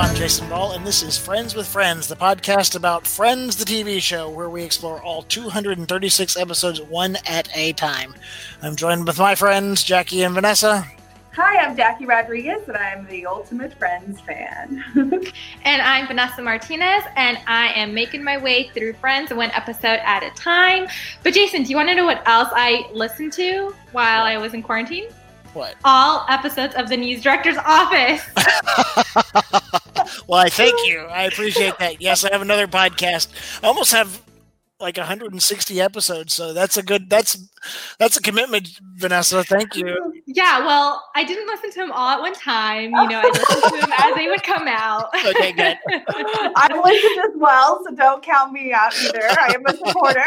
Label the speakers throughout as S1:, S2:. S1: I'm Jason Ball, and this is Friends with Friends, the podcast about Friends, the TV show, where we explore all 236 episodes one at a time. I'm joined with my friends, Jackie and Vanessa.
S2: Hi, I'm Jackie Rodriguez, and I'm the ultimate Friends fan.
S3: And I'm Vanessa Martinez, and I am making my way through Friends one episode at a time. But Jason, do you want to know what else I listened to while I was in quarantine?
S1: What?
S3: All episodes of The News Director's Office.
S1: Well, I thank you. I appreciate that. Yes, I have another podcast. I almost have like 160 episodes, so that's a good that's that's a commitment, Vanessa. Thank you.
S3: yeah, well, I didn't listen to them all at one time. You know, I listened to them as they would come out.
S1: Okay, good.
S2: I listened as well, so don't count me out either. I am a supporter.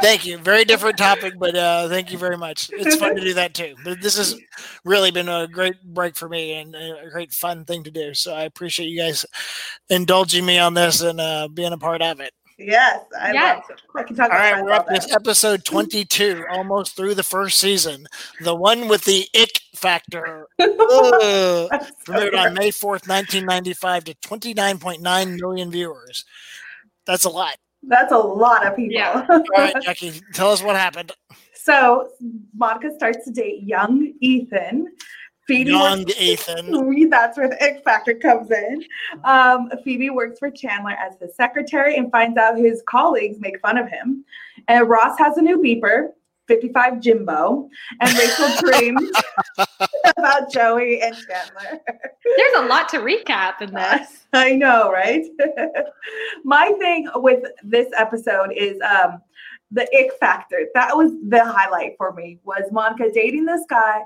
S1: Thank you. Very different topic, but uh, thank you very much. It's fun to do that too. But this has really been a great break for me and a great fun thing to do. So I appreciate you guys indulging me on this and uh, being a part of it.
S2: yes, I
S3: Yes.
S2: love it. I can talk
S1: All right,
S2: about
S1: we're up
S2: that.
S1: to episode 22, almost through the first season. The one with the ick factor. Ugh.
S2: That's so
S1: premiered on
S2: good.
S1: May 4th, 1995 to 29.9 million viewers. That's a lot.
S2: That's a lot of people.
S3: Yeah.
S1: All right, Jackie, tell us what happened.
S2: so Monica starts to date young Ethan. Phoebe
S1: Young
S2: wants-
S1: Ethan.
S2: That's where the ick factor comes in. Um, Phoebe works for Chandler as his secretary and finds out his colleagues make fun of him. And Ross has a new beeper, 55 Jimbo, and Rachel dreams about Joey and Chandler.
S3: There's a lot to recap in this.
S2: I know, right? My thing with this episode is um the ick factor. That was the highlight for me was Monica dating this guy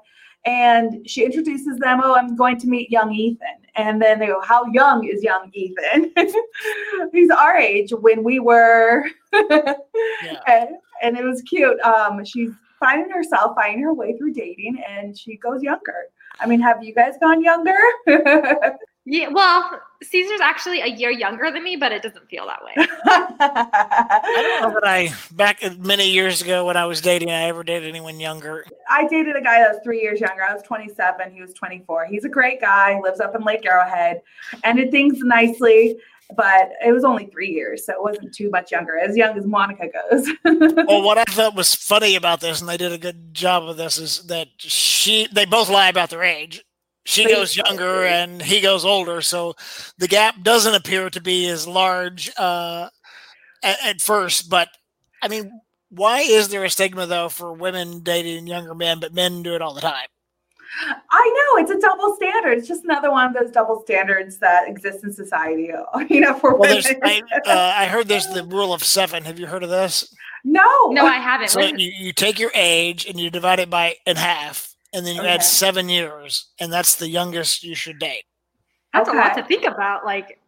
S2: and she introduces them, "Oh, I'm going to meet young Ethan." And then they go, "How young is young Ethan?" He's our age when we were
S1: Yeah.
S2: and, and it was cute. Um she's finding herself, finding her way through dating and she goes younger. I mean, have you guys gone younger?
S3: Yeah, well, Caesar's actually a year younger than me, but it doesn't feel that way.
S1: I
S2: I
S1: don't know that I, back many years ago when I was dating, I ever dated anyone younger.
S2: dated a guy that was three years younger. I was 27. He was 24. He's a great guy. Lives up in Lake Arrowhead. Ended things nicely, but it was only three years, so it wasn't too much younger. As young as Monica goes.
S1: Well, what I thought was funny about this, and they did a good job of this, is that she they both lie about their age. She
S2: They-
S1: goes younger and he goes older, so the gap doesn't appear to be as large uh, at, at first. But I mean, why is there a stigma though for women dating younger men, but men do it all the time?
S2: I know it's a double standard. It's just another one of those double standards that exist in society. You know, for
S1: Well, there's
S2: women.
S1: I, uh, I heard there's the rule of seven. Have you heard of this?
S2: no,
S3: No, I haven't.
S1: So
S3: What is-
S1: you, you take your age and you divide it by in half, and then you add
S2: Okay.
S1: seven years, and that's the youngest you should date.
S3: That's a lot
S2: Okay.
S3: to think about. Like,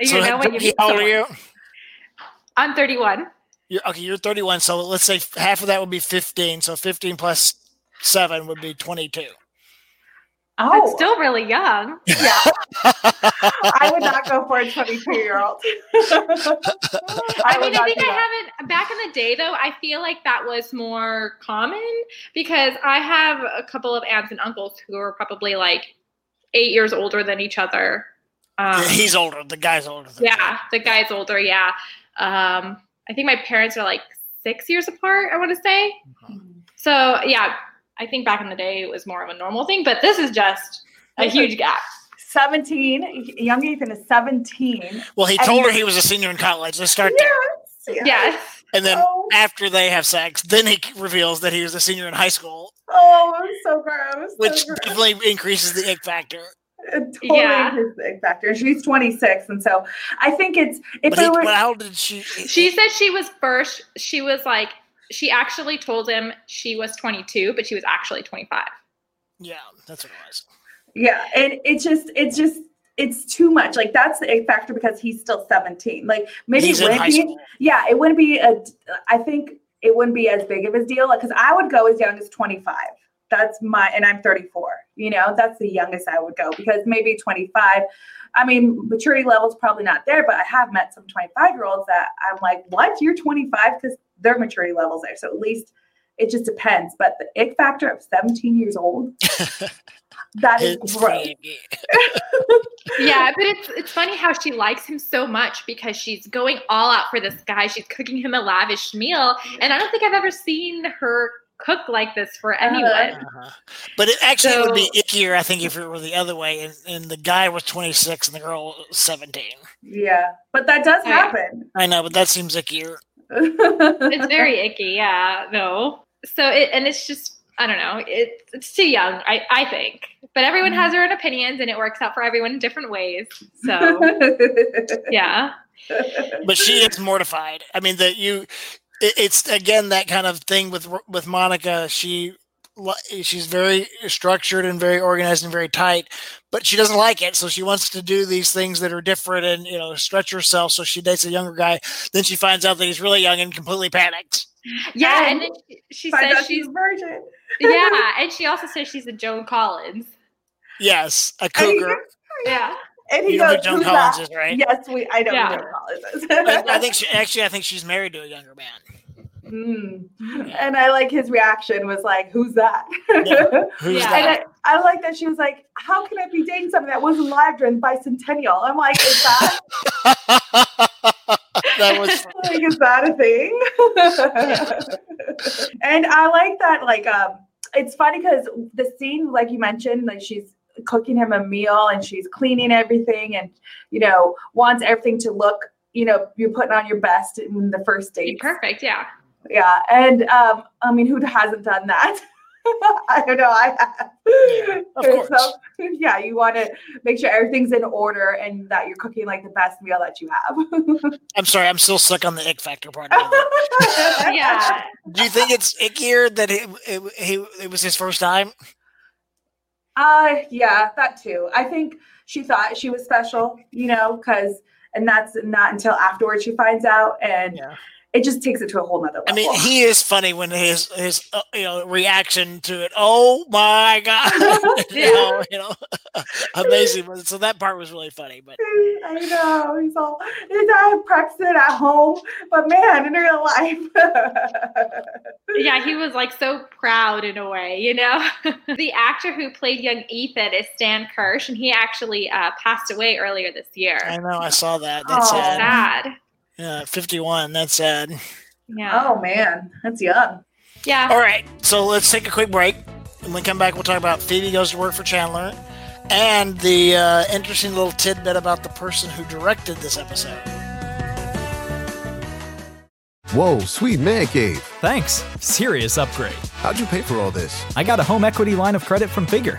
S3: you
S1: so
S3: know, when you
S1: Vicky,
S3: meet
S1: how old are
S3: someone.
S1: you?
S3: I'm 31.
S1: You're, okay, you're 31. So let's say half of that would be 15. So 15 plus seven would be 22.
S3: That's
S2: oh,
S3: still really young.
S2: yeah. I would not go for a 22 year old.
S3: I, mean, I think I haven't. Back in the day, though, I feel like that was more common because I have a couple of aunts and uncles who are probably like eight years older than each other. Um,
S1: He's older. The guy's older. Than
S3: yeah, the guy's older. Yeah. Um, I think my parents are like six years apart, I want to say. So, yeah, I think back in the day it was more of a normal thing, but this is just a huge gap.
S2: 17. Young Ethan is 17.
S1: me. Well, he
S2: I
S1: told her
S2: mean-
S1: he was a senior in college. Let's start there.
S2: Yes.
S3: Yes.
S1: And then
S2: Oh,
S1: after they have sex, then he reveals that he was a senior in high school,
S2: oh, I'm so gross. so
S1: which
S2: gross.
S1: definitely increases the ick factor.
S2: It totally
S3: Yeah.
S2: is the factor. She's 26. And so I think it's, if
S1: But he,
S2: it
S1: but
S2: were,
S1: how did she?
S3: She said she was first. She was like, she actually told him she was 22, but she was actually 25.
S1: Yeah, that's what it was.
S2: yeah. And it's just, it's just, it's too much. Like that's the ick factor because he's still 17. Like maybe
S1: He's
S2: it
S1: in
S2: would
S1: high
S2: be,
S1: school.
S2: yeah, it wouldn't be a, I think it wouldn't be as big of a deal. Like, cause I would go as young as 25. That's my, and I'm 34, you know, that's the youngest I would go because maybe 25, I mean, maturity level's probably not there, but I have met some 25 year olds that I'm like, what? You're 25? Cause their maturity level's there. So at least It just depends. But the ick factor of 17 years old, that is gross.
S3: yeah, but it's it's funny how she likes him so much because she's going all out for this guy. She's cooking him a lavish meal, and I don't think I've ever seen her cook like this for anyone. Uh-huh.
S1: But it actually so, would be ickier, I think, if it were the other way, and, and the guy was 26 and the girl 17.
S2: Yeah, but that does happen.
S1: I, I know, but that seems ickier.
S3: it's very icky, yeah. No, so it and it's just I don't know. It, it's too young, I, I think. But everyone has their own opinions and it works out for everyone in different ways. So, yeah.
S1: But she is mortified. I mean, that you, it, it's again that kind of thing with with Monica. She she's very structured and very organized and very tight, but she doesn't like it. So she wants to do these things that are different and you know stretch herself. So she dates a younger guy. Then she finds out that he's really young and completely panics.
S3: Yeah, and, and she, she says she's
S2: virgin.
S3: yeah, and she also says she's a Joan Collins.
S1: Yes, a cougar.
S3: And he, yeah.
S2: And he you goes, Joan Collins that? is, right? Yes, we. I know yeah.
S1: Joan Collins I think she actually. I think she's married to a younger man.
S2: Mm. Yeah. And I like his reaction was like, "Who's that?" Yeah. Who's yeah. That? And I, I, like that she was like, "How can I be dating something that wasn't live during bicentennial?" I'm like, "Is that?"
S1: that was
S2: like, "Is that a thing?" and I like that. Like, um, it's funny because the scene, like you mentioned, like she's cooking him a meal and she's cleaning everything and you know wants everything to look you know you're putting on your best in the first date
S3: perfect yeah
S2: yeah and um i mean who hasn't done that i don't know i have
S1: yeah, of course. So,
S2: yeah you want to make sure everything's in order and that you're cooking like the best meal that you have
S1: i'm sorry i'm still stuck on the ick factor part
S3: yeah
S1: do you think it's ickier that it, it, it, it was his first time
S2: uh yeah that too i think she thought she was special you know because and that's not until afterwards she finds out and yeah it just takes it to a whole nother level. I
S1: mean, he is funny when his his uh, you know reaction to it. Oh my god! you know, you know amazing. So that part was really funny. But
S2: I know he's all he's I practiced it at home, but man, in real life.
S3: yeah, he was like so proud in a way, you know. the actor who played young Ethan is Stan Kirsch, and he actually uh, passed away earlier this year.
S1: I know. I saw that. That's oh, sad.
S3: sad.
S1: Yeah, 51. That's sad.
S3: Yeah.
S2: Oh, man. That's young.
S3: Yeah.
S1: All right. So let's take a quick break. When we come back, we'll talk about Phoebe Goes to Work for Chandler and the uh, interesting little tidbit about the person who directed this episode.
S4: Whoa, sweet man cave.
S5: Thanks. Serious upgrade.
S4: How'd you pay for all this?
S5: I got a home equity line of credit from Figure.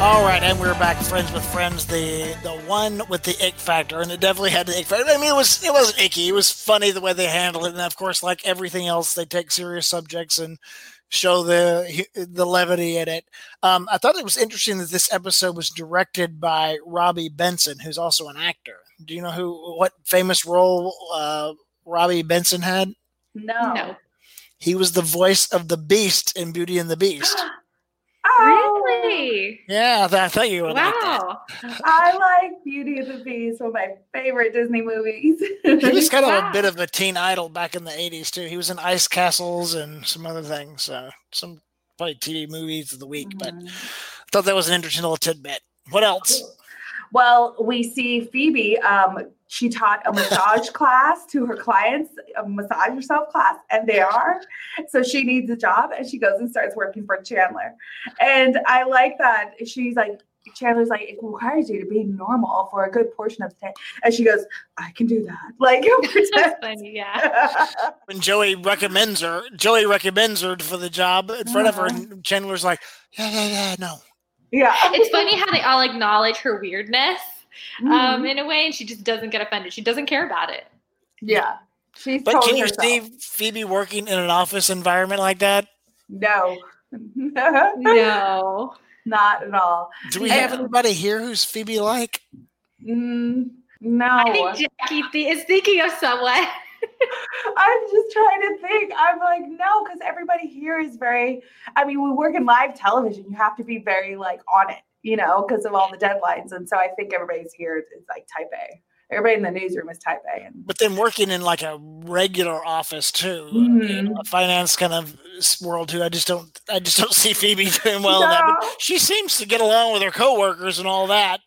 S1: All right, and we're back, friends with friends. The the one with the ick factor, and it definitely had the ick factor. I mean, it was it wasn't icky. It was funny the way they handled it, and of course, like everything else, they take serious subjects and show the the levity in it. Um, I thought it was interesting that this episode was directed by Robbie Benson, who's also an actor. Do you know who what famous role uh, Robbie Benson had?
S2: No. no,
S1: he was the voice of the Beast in Beauty and the Beast.
S3: Oh. Really?
S1: Yeah, I, th- I thought you would.
S3: Wow.
S1: Like
S2: I like Beauty and the Beast, one of my favorite Disney movies.
S1: he was kind of wow. a bit of a teen idol back in the '80s too. He was in Ice Castles and some other things. So some probably TV movies of the week, mm-hmm.
S2: Mm.
S1: but I thought that was an interesting little tidbit. What else?
S2: Well, we see Phoebe. Um, she taught a massage class to her clients, a massage yourself class, and they are. So she needs a job and she goes and starts working for Chandler. And I like that she's like, Chandler's like, it requires you to be normal for a good portion of the day. And she goes, I can do that. Like,
S3: That's funny, yeah.
S1: when Joey recommends her, Joey recommends her for the job in front mm-hmm. of her, and Chandler's like, yeah, yeah, yeah, no.
S2: Yeah.
S3: It's funny um, how they all acknowledge her
S2: Mm-hmm.
S3: weirdness. Mm-hmm. um, in a way, and she just doesn't get offended. She doesn't care about it.
S2: Yeah. She's
S1: But
S2: told
S1: can you
S2: herself.
S1: see Phoebe working in an office environment like that?
S2: No.
S3: No.
S2: Not at all.
S1: Do we
S2: No.
S1: have anybody here who's Phoebe like?
S2: Mm, no.
S3: I think Jackie th- is thinking of someone.
S2: I'm just trying to think. I'm like, no, because everybody here is very, I mean, we work in live television. You have to be very like on it, you know, because of all the deadlines. And so I think everybody's here is like type A. Everybody in the newsroom is type A. And
S1: But then working in like a regular office too, you
S2: Mm-hmm.
S1: know, a finance kind of s- world too. I just don't, I just don't see Phoebe doing well. In that.
S2: No.
S1: But she seems to get along with her coworkers and all that.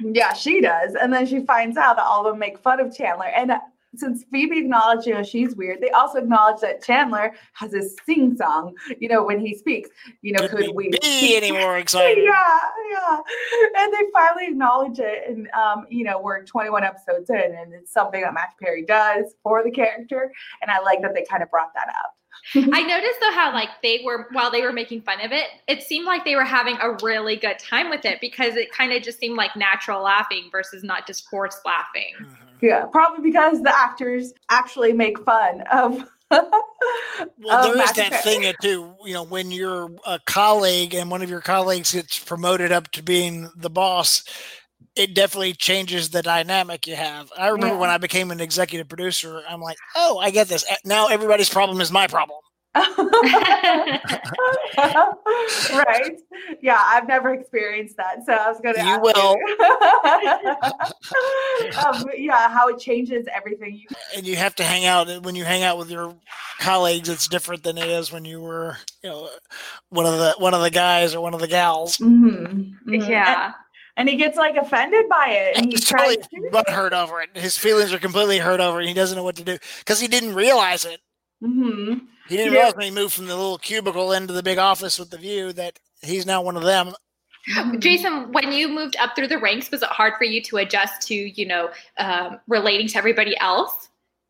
S2: yeah, she does. And then she finds out that all of them make fun of Chandler. And uh, since Phoebe acknowledged, you know, she's weird, they also acknowledge that Chandler has a sing song, you know, when he speaks, you know, could we
S1: be any more excited?
S2: Yeah, yeah. And they finally acknowledge it. And, um, you know, we're 21 episodes in, and it's something that Matthew Perry does for the character. And I like that they kind of brought that up.
S3: I noticed though how like they were while they were making fun of it, it seemed like they were having a really good time with it because it kind of just seemed like natural laughing versus not just forced laughing.
S1: Mhm.
S2: Yeah, probably because the actors actually make fun of.
S1: Well,
S2: of
S1: there is
S2: Matthew
S1: that
S2: Perry.
S1: thing that too. You know, when you're a colleague and one of your colleagues gets promoted up to being the boss, it definitely changes the dynamic you have. I remember
S2: Yeah.
S1: when I became an executive producer, I'm like, oh, I get this. Now everybody's problem is my problem.
S2: right? Yeah, I've never experienced that, so I was going to.
S1: You will.
S2: um, yeah, how it changes everything. You
S1: and you have to hang out when you hang out with your colleagues it's different than it is when you were you know one of the one of the guys or one of the gals
S3: yeah.
S2: mm-hmm, and he gets like offended by it and he
S1: he's
S2: tries
S1: totally
S2: to
S1: butthurt over it his feelings are completely hurt over it and he doesn't know what to do because he didn't realize it
S2: Mhm.
S1: he didn't
S2: Yeah.
S1: realize when he moved from the little cubicle into the big office with the view that he's now one of them
S2: um,
S3: Jason, when you moved up through the ranks, was it hard for you to adjust to, you know, um, relating to everybody else?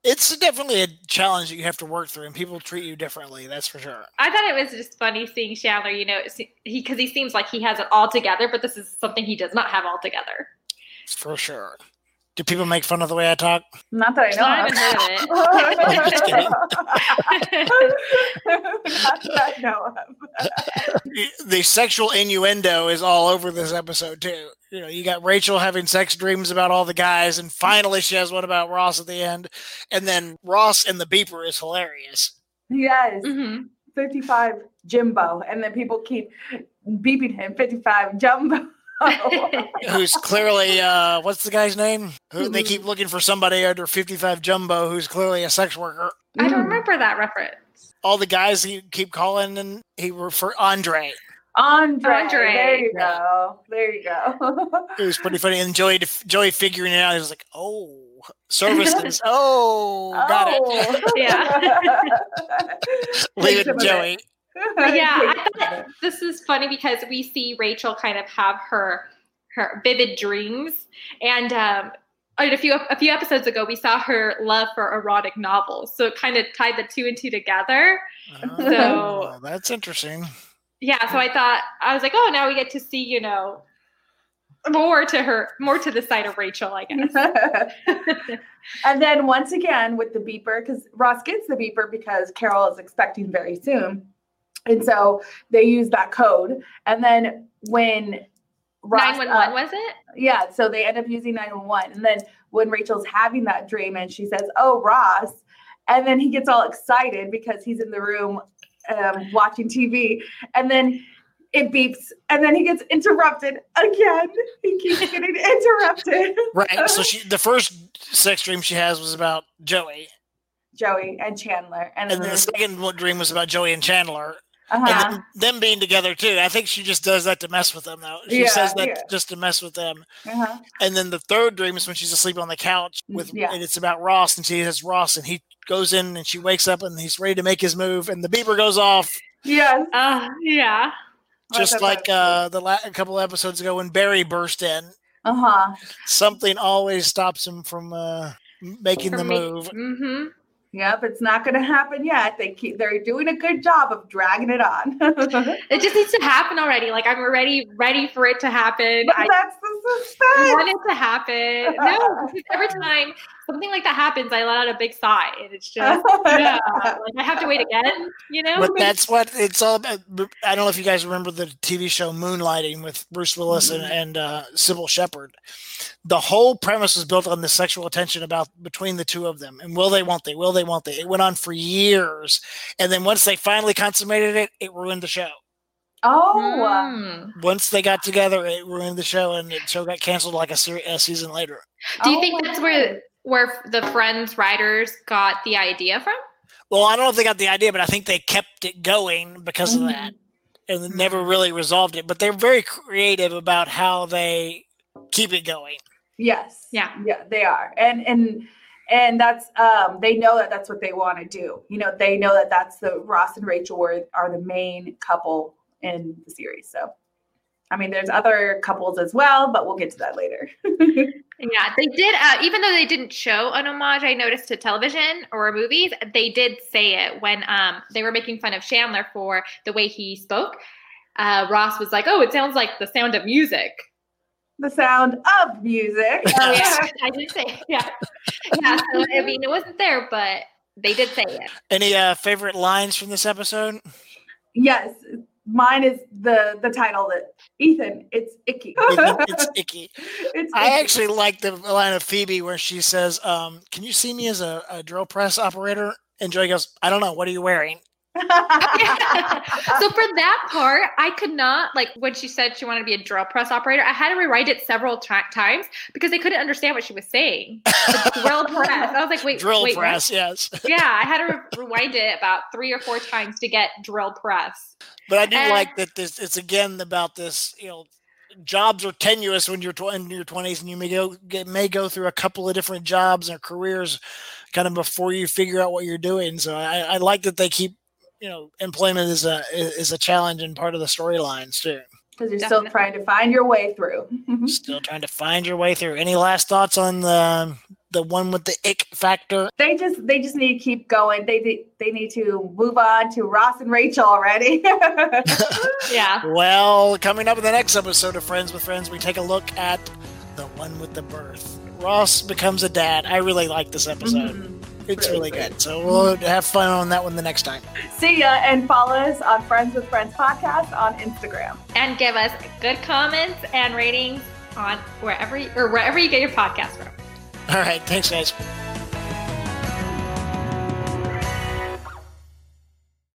S1: it's definitely a challenge that you have to work through and people treat you differently that's for sure
S3: I thought it was just funny seeing Chandler, you know, see- he because he seems like he has it all together, but this is something he does not have all together.
S1: for sure do people make fun of the way i talk
S2: not that
S3: Not even
S2: I know
S3: heard of it.
S1: I'm just kidding.
S2: of. not that I know of.
S1: the sexual innuendo is all over this episode too. You know, you got Rachel having sex dreams about all the guys, and finally she has one about Ross at the end. And then Ross and the beeper is hilarious.
S2: Yes,
S3: hmm
S2: 55 Jimbo, and then people keep beeping him 55 Jumbo.
S3: Mm-hmm.
S2: Mm.
S1: Who's clearly uh, what's the guy's name? Who they keep looking for somebody under fifty-five jumbo who's clearly a sex worker.
S3: I don't remember that reference.
S1: All the guys he keep calling, and he refer Andre.
S2: Andre.
S3: Andre.
S2: There you go. There you go.
S1: It was pretty funny. And Joey, Joey figuring it out, he was like, "Oh, services. oh, got it.
S3: Yeah.
S1: Leave
S2: Takes him
S1: it,
S2: a
S1: Joey."
S2: minute.
S3: yeah,
S2: Takes him
S3: I
S2: a
S3: thought this is funny because we see Rachel kind of have her her vivid dreams, and um, and a few a few episodes ago we saw her love for erotic novels, so it kind of tied the two and two together. So-
S1: Oh, that's interesting.
S3: Yeah, so I thought I was like, oh, now we get to see you know more to her, more to the side of Rachel, I guess.
S2: minute. and then once again with the beeper, because Ross gets the beeper because Carol is expecting very soon. And so they use that code. And then when Ross,
S3: Nine
S2: uh,
S3: one one was it?
S2: yeah, so they end up using 911. And then when Rachel's having that dream and she says, Oh, Ross. And then he gets all excited because he's in the room um, watching TV. And then it beeps. And then he gets interrupted again. He keeps getting interrupted.
S1: Right. So she, the first sex dream she has was about Joey,
S2: Joey and Chandler. And,
S1: and then the second one dream was about Joey and Chandler,
S2: uh-huh.
S1: and then them being together too. I think she just does that to mess with them, though. She
S2: Yeah,
S1: says that
S2: yeah.
S1: just to mess with them.
S2: Uh-huh.
S1: And then the third dream is when she's asleep on the couch with,
S2: Mm, Yeah.
S1: and it's about Ross, and she has Ross, and he goes in, and she wakes up, and he's ready to make his move, and the beeper goes off,
S2: Yes.
S3: Uh, yeah.
S1: just like uh, the la- a couple episodes ago when Barry burst in.
S2: Uh huh.
S1: Something always stops him from uh, making the move.
S3: Mm-hmm.
S2: Yep, it's not going to happen yet. They keep, they're doing a good job of dragging it on.
S3: It just needs to happen already. Like I'm already ready for it to happen.
S2: But
S3: I-
S2: that's the suspense.
S3: want it to happen. No, because every time something like that happens, I let out a big sigh, and it's just yeah, like I have to wait again. You know,
S1: But that's what it's all about. I don't know if you guys remember the TV show Moonlighting with Bruce Willis and, and uh, Sybil Shepherd. The whole premise was built on the sexual tension about between the two of them, and will they, won't they, will they, won't they. It went on for years, and then once they finally consummated it, it ruined the show.
S2: Oh, uh,
S3: Hmm.
S1: Once they got together, it ruined the show, and the show got canceled like a, ser- a season later.
S3: do you
S2: oh
S3: think
S2: my
S3: that's
S2: God.
S3: where where the Friends writers got the idea from?
S1: Well, I don't know if they got the idea, but I think they kept it going because of
S2: Mhm.
S1: that. and then never
S3: Mm-hmm.
S1: really resolved it. But they're very creative about how they keep it going.
S2: Yes.
S3: Yeah.
S2: Yeah, they are. And and and that's um they know that that's what they want to do. You know, they know that that's the Ross and Rachel were are the main couple in the series. So I mean, there's other couples as well, but we'll get to that later.
S3: Yeah, they did. Uh, even though they didn't show an homage, I noticed to television or movies, they did say it when um, they were making fun of Chandler for the way he spoke. Uh, Ross was like, "Oh, it sounds like the sound of music."
S2: the sound of music.
S3: Oh yeah, I did say yeah, yeah. So I mean, it wasn't there, but they did say it.
S1: Any uh, favorite lines from this episode?
S2: Yes. Mine is the the title that Ethan, it's icky.
S1: it's icky.
S2: It's
S1: I
S2: icky.
S1: actually like the line of Phoebe where she says, um, "Can you see me as a, a drill press operator?" And Joey goes, "I don't know. What are you wearing?"
S3: so for that part, I could not like when she said she wanted to be a drill press operator. I had to rewrite it several ti times because I couldn't understand what she was saying. The drill press. I was like, wait,
S1: Drill
S3: wait, what?
S1: press, yes.
S3: Yeah, I had to re- rewind it about three or four times to get drill press.
S1: But I do
S3: And-
S1: like that. This it's again about this. You know, jobs are tenuous when you're tw- in your twenties, and you may go get, may go through a couple of different jobs or careers, kind of before you figure out what you're doing. So I, I like that they keep. You know, employment is a is a challenge and part of the storylines too.
S2: because you're still
S3: Definitely.
S2: trying to find your way through.
S1: Still trying to find your way through. Any last thoughts on the the one with the ick factor?
S2: they just they just need to keep going. They they, they need to move on to Ross and Rachel already.
S3: Yeah.
S1: Well, coming up in the next episode of Friends with Friends, we take a look at the one with the birth. Ross becomes a dad. I really like this episode.
S2: Mhm.
S1: It's really
S2: Really great.
S1: good. So we'll have fun on that one the next time.
S2: See ya and follow us on Friends with Friends podcast on Instagram.
S3: And give us good comments and ratings on wherever or wherever you get your podcast from.
S1: All right. Thanks, guys.